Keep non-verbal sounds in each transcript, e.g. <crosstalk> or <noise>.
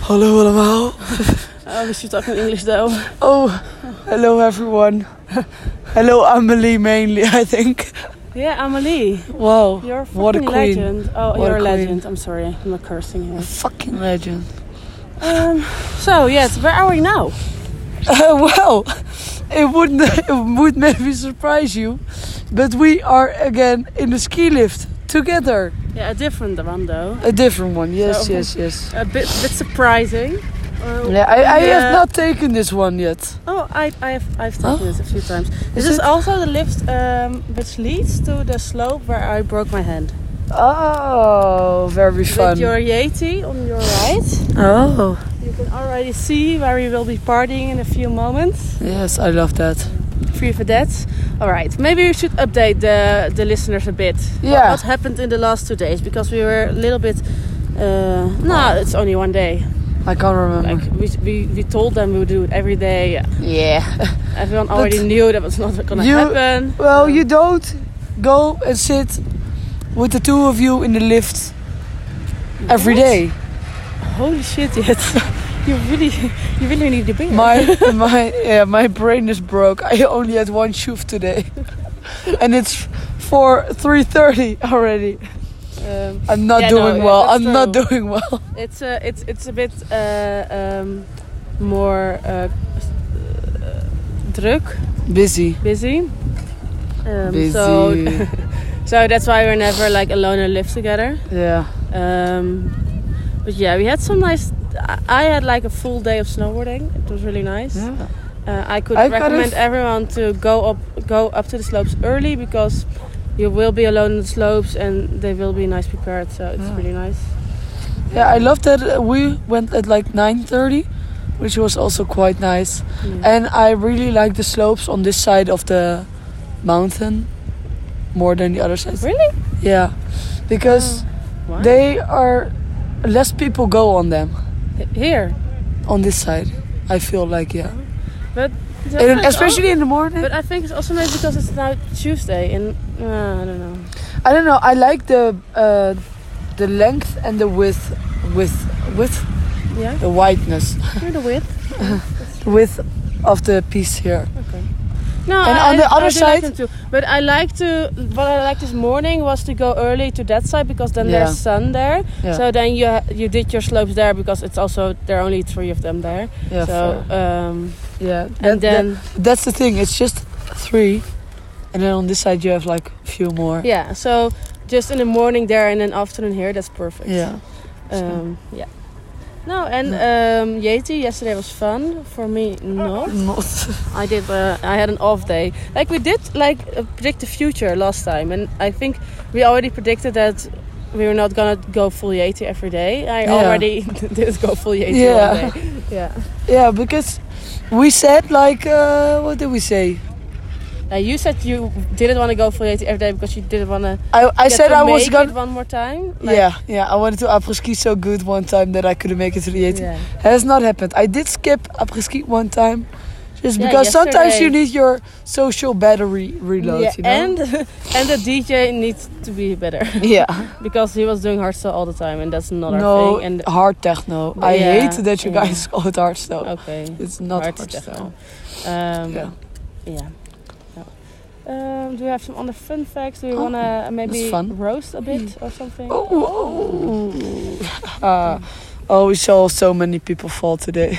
Hallo allemaal. Oh, we should talk in English though. Oh, hello everyone. Hello Amelie mainly, I think. Yeah, Amelie. Wow. You're a What a fucking queen. legend. Oh, What you're a a, queen. legend. I'm sorry. I'm not cursing A here. fucking <laughs> legend. Um, so, yes, where are we now? Uh, well, it would <laughs> it would maybe surprise you, but we are again in the ski lift together. Yeah, a different one though. A different one, yes, So- yes, yes. A bit, bit surprising. Uh, Yeah, I, I yeah. have not taken this one yet. Oh, I, I've, I've taken Oh. this a few times. This Is is it- also the lift um, which leads to the slope where I broke my hand. Oh, very fun. With your Yeti on your right, Oh, you can already see where we will be partying in a few moments. yes, I love that. Free for that. All right, maybe we should update the, the listeners a bit. Yeah. What happened in the last two days? Because we were a little bit. Uh, no, it's only one day. I can't remember. Like we, we, we told them we would do it every day. yeah. Everyone already knew that was not going to You- happen. Well, you don't go and sit with the two of you in the lift every What? day. Holy shit, <laughs> yet. you really you really need a beer. My <laughs> my yeah, my brain is broke. I only had one shoof today, <laughs> and it's for three thirty already. um, I'm not Yeah, no, doing yeah, well. I'm that's not true. doing well. <laughs> it's uh, it's it's a bit uh, um, more uh, s- uh, druk, Busy, busy. Um, busy. So so that's why we're never like alone and live together. <laughs> yeah, Um, but yeah, we had some nice. I- I had like a full day of snowboarding. It was really nice. yeah. Uh, I could I kind of- recommend everyone to go up go up to the slopes early because you will be alone in the slopes and they will be nice prepared. So it's Yeah. really nice. Yeah, I love that uh, we went at like nine thirty, which was also quite nice. Yeah. And I really like the slopes on this side of the mountain more than the other side. Really? Oh, Yeah, because Why? they are less people go on them. H- here, on this side. I feel like yeah, But it's al- especially in the morning. oh, but I think it's also nice because it's now Tuesday and uh, I don't know. I don't know. I like the uh, the length and the width, width, width, <laughs> Yeah, the wideness, you're the width. width of the piece here. No, And I- on the I- other I do like side- them too. But I like to. What I like this morning was to go early to that side because then Yeah. there's sun there. Yeah. So then you ha- you did your slopes there because it's also there are only three of them there. Yeah, so fair. um, yeah. and that- that- then that's the thing. It's just three, and then on this side you have like a few more. yeah, so just in the morning there and then afternoon here. That's perfect. Yeah. Um, yeah. No, and um, Yeti yesterday was fun for me. Not. Not. <laughs> I did. Uh, I had an off day. Like we did, like uh, predict the future last time, and I think we already predicted that we were not gonna go full Yeti every day. I Yeah. already <laughs> did go full Yeti Yeah. <laughs> one day. Yeah. yeah, because we said like uh, what did we say? Now you said you didn't want to go full Yeti every day because you didn't want to. I I said I was make gonna. it one more time. yeah, yeah. I wanted to après ski so good one time that I couldn't make it to the 18. Yeah. has not happened. I did skip après ski one time, just Yeah, because sometimes yesterday. you need your social battery reload. Yeah, you know? and <laughs> and the DJ needs to be better <laughs> <laughs> yeah, because he was doing hardstyle all the time, and that's not our no thing. And hard techno. I Yeah, hate that you yeah. guys <laughs> call it hard stuff. okay, It's not hard, hard stuff. techno. Um, Yeah. yeah. yeah. Um, do we have some other fun facts? Do we Oh, want to maybe fun. roast a <laughs> bit or something? Oh, oh, oh. Uh, oh, we saw so many people fall today.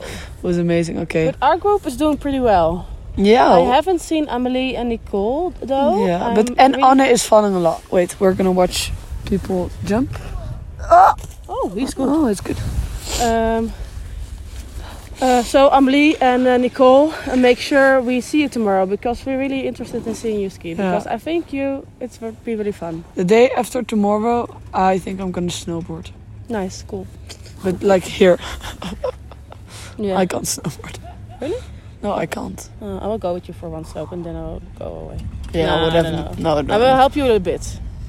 <laughs> it was amazing. Okay. But our group is doing pretty well. yeah. I haven't seen Amelie and Nicole though. Oh. yeah, I'm but and really- Anne is falling a lot. Wait, we're gonna watch people jump. Oh, he's good. Oh, it's good. Um, uh, so Amelie and uh, Nicole, uh, make sure we see you tomorrow because we're really interested in seeing you ski. Yeah. Because I think you, it's would be really fun. The day after tomorrow, I think I'm gonna snowboard. Nice, cool. But like here, Yeah, I can't <laughs> snowboard. Really? No, I can't. uh, I will go with you for one slope and then I'll go away. Yeah, No, whatever. no, No, I no. will help you a little bit.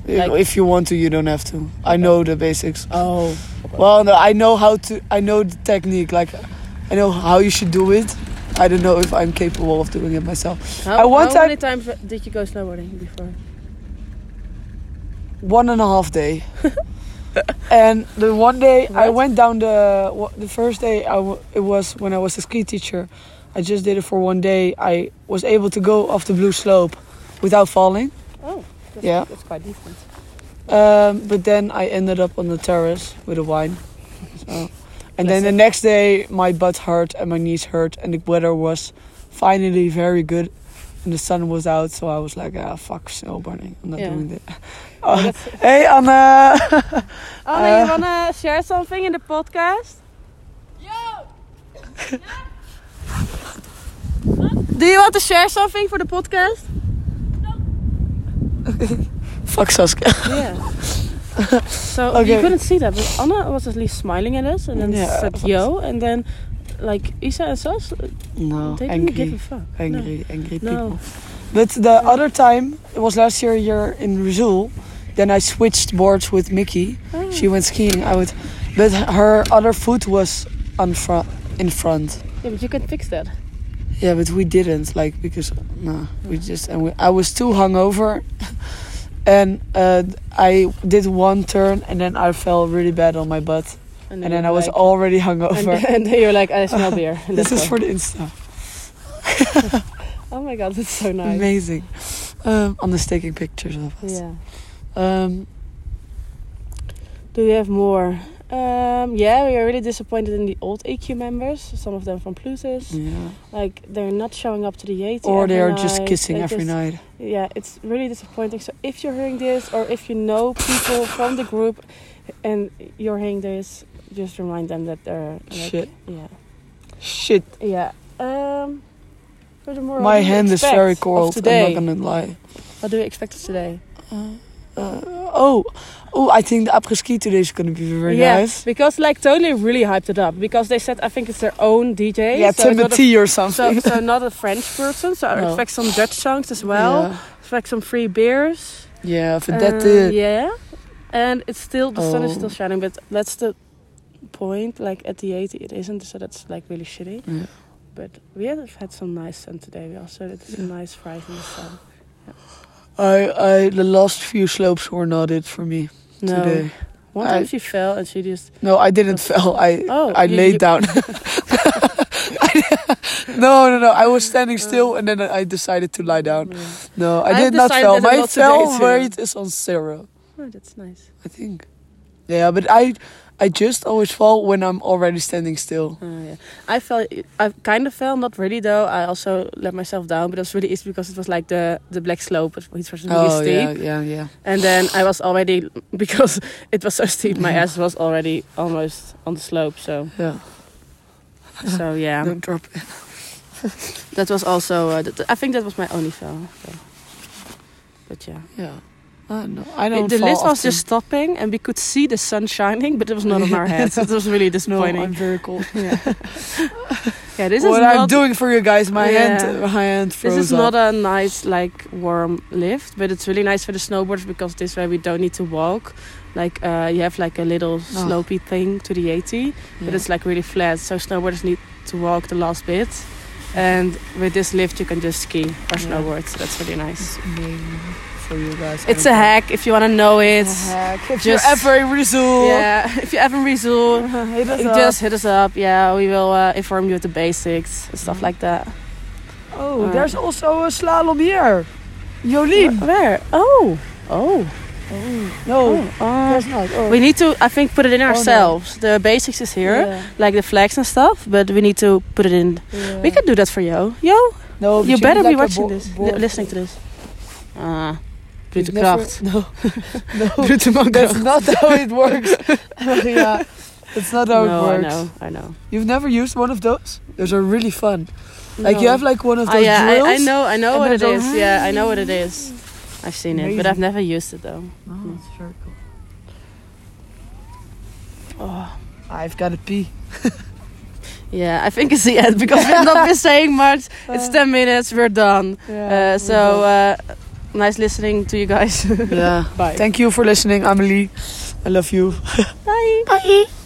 If- like- if you want to, you don't have to. I know the basics. Oh, Well, no, I know how to. I know the technique. Like, I know how you should do it. I don't know if I'm capable of doing it myself. How, I want how to- many times did you go snowboarding before? One and a half day. and the one day I What? went down the wa- the first day I w- it was when I was a ski teacher. I just did it for one day. I was able to go off the blue slope without falling. Oh, that's, Yeah. that's quite decent. Um, but then I ended up on the terrace with a wine. So, and then Bless the next day, my butt hurt and my knees hurt, and the weather was finally very good, and the sun was out. So I was like, ah, fuck snowboarding. I'm not Yeah. doing that. But Oh, that's- <laughs> hey, uh, Anna. Anna, Uh, Oh, you wanna share something in the podcast? Yo! <laughs> Do you want to share something for the podcast? <laughs> fuck Saskia. Yeah. <laughs> so you Okay. couldn't see that, but Anna was at least smiling at us and then Yeah, said but- yo, and then like Isa and Sas, No, they didn't give a angry, fuck. No. angry, angry No. people. But the other time, it was last year, year in Rizul. Then I switched boards with Mickey. Oh. She went skiing. I would, but her other foot was on front, in front. Yeah, but you can fix that. Yeah, but we didn't like because no, we just and we, I was too hungover, <laughs> and uh, I did one turn and then I fell really bad on my butt, and then you're I was like- already And, hungover. <laughs> and then you're like, I smell beer. <laughs> And This that's is <laughs> for why. the Insta. Oh my god, that's so nice. Amazing. Um, Anna's taking pictures of us. Yeah. Um, Do we have more? Um, yeah, we are really disappointed in the old AQ members. Some of them from Plutus. yeah. Like they're not showing up to the Yeti. Mm. Or they every are just night. kissing They every just- night. Yeah, it's really disappointing. So if you're hearing this, or if you know people from the group, and you're hearing this, just remind them that they're like, Shit. Yeah, Shit. yeah. Um, furthermore, My what do you hand is expect very of cold. Today, I'm not gonna lie. what do you expect of today? Uh, oh, oh! I think the après ski today is gonna be very yeah, nice. because like totally really hyped it up because they said I think it's their own DJ. Yeah, so it's not a Timothy or So, something. so not a French person. So I No. expect some Dutch songs as well. <laughs> Yeah. Expect some free beers. Yeah, but Uh, that uh, yeah, and it's still the sun is Oh. still shining, but that's the point. Like at the 80, it isn't. So that's like really shitty. Yeah. But we have had some nice sun today. We also did some nice fries in the sun. I, I, the last few slopes were not it for me No, today. one I- time she fell and she just No, I <laughs> didn't fell. I, Oh, I you- laid you- <laughs> down. <laughs> no, no, no! I was standing still, and then I decided to lie down. Yeah. No, I Uh. I've did not decided fell. that My not today uh, fell too. rate is on zero. Oh, that's nice. I think. Yeah, but I I just always fall when I'm already standing still. Oh, yeah. I fell. I kind of fell, not really though. I also let myself down, but it was really easy because it was like the the black slope, which was really steep. Oh, yeah, yeah, yeah. And then I was already <laughs> because it was so steep, my ass was already almost on the slope. So Yeah. so <laughs> yeah, Don't drop it. that was also. Uh, th- I think that was my only fell. So. But yeah, Yeah. I don't know. I don't the fall list was often. just stopping, and we could see the sun shining, but it was not on our <laughs> heads. It was really no, disappointing. <laughs> I'm very cold. <laughs> yeah. yeah, this is what I'm not. doing for you guys, my hand Yeah. my hand froze This is up. not a nice, like, warm lift, but it's really nice for the snowboards because this way we don't need to walk. Like, uh, you have like a little slopey thing to the 80, but Oh. Yeah. it's like really flat, so snowboarders need to walk the last bit. And with this lift, you can just ski or snowboard, so that's really nice. It's amazing for you guys. It's a hack if you want to know it. It's a hack. If Uh-huh. just- you're ever in Rizul, <laughs> Yeah, <laughs> if you haven't result, hit us just hit us up. Yeah, we will uh, inform you of the basics and stuff like that. up. Oh, Uh, there's also a slalom here. Jolien. Wh- Where? Oh, oh, No, oh. Uh, there's not. Oh. We need to, I think, put it in no. ourselves. The basics is here, Yeah, like the flags and stuff, but we need to put it in. yeah. Oh, We can do that for you. Yo, no, but you need better be like a watching bo- this, li- board. listening to this. Ah, brute You've never- kracht. <laughs> No, <laughs> no. Brute mankracht. That's not how it works. <laughs> yeah, that's not how No, I it works. know, I know. You've never used one of those? Those are really fun. Like you No. have like one of Ah, those yeah, I- drills. I, know, I know and what then it go, is. Yeah, I know what it is. I've seen it, but I've Amazing. never used it though. Oh, that's very cool. Oh. I've got to pee. Yeah, I think it's the end because we've not <laughs> been saying much. It's Uh. 10 minutes, we're done. Uh, so, uh, nice listening to you guys. <laughs> yeah. Bye. Thank you for listening, Amelie. I love you. Bye. Bye.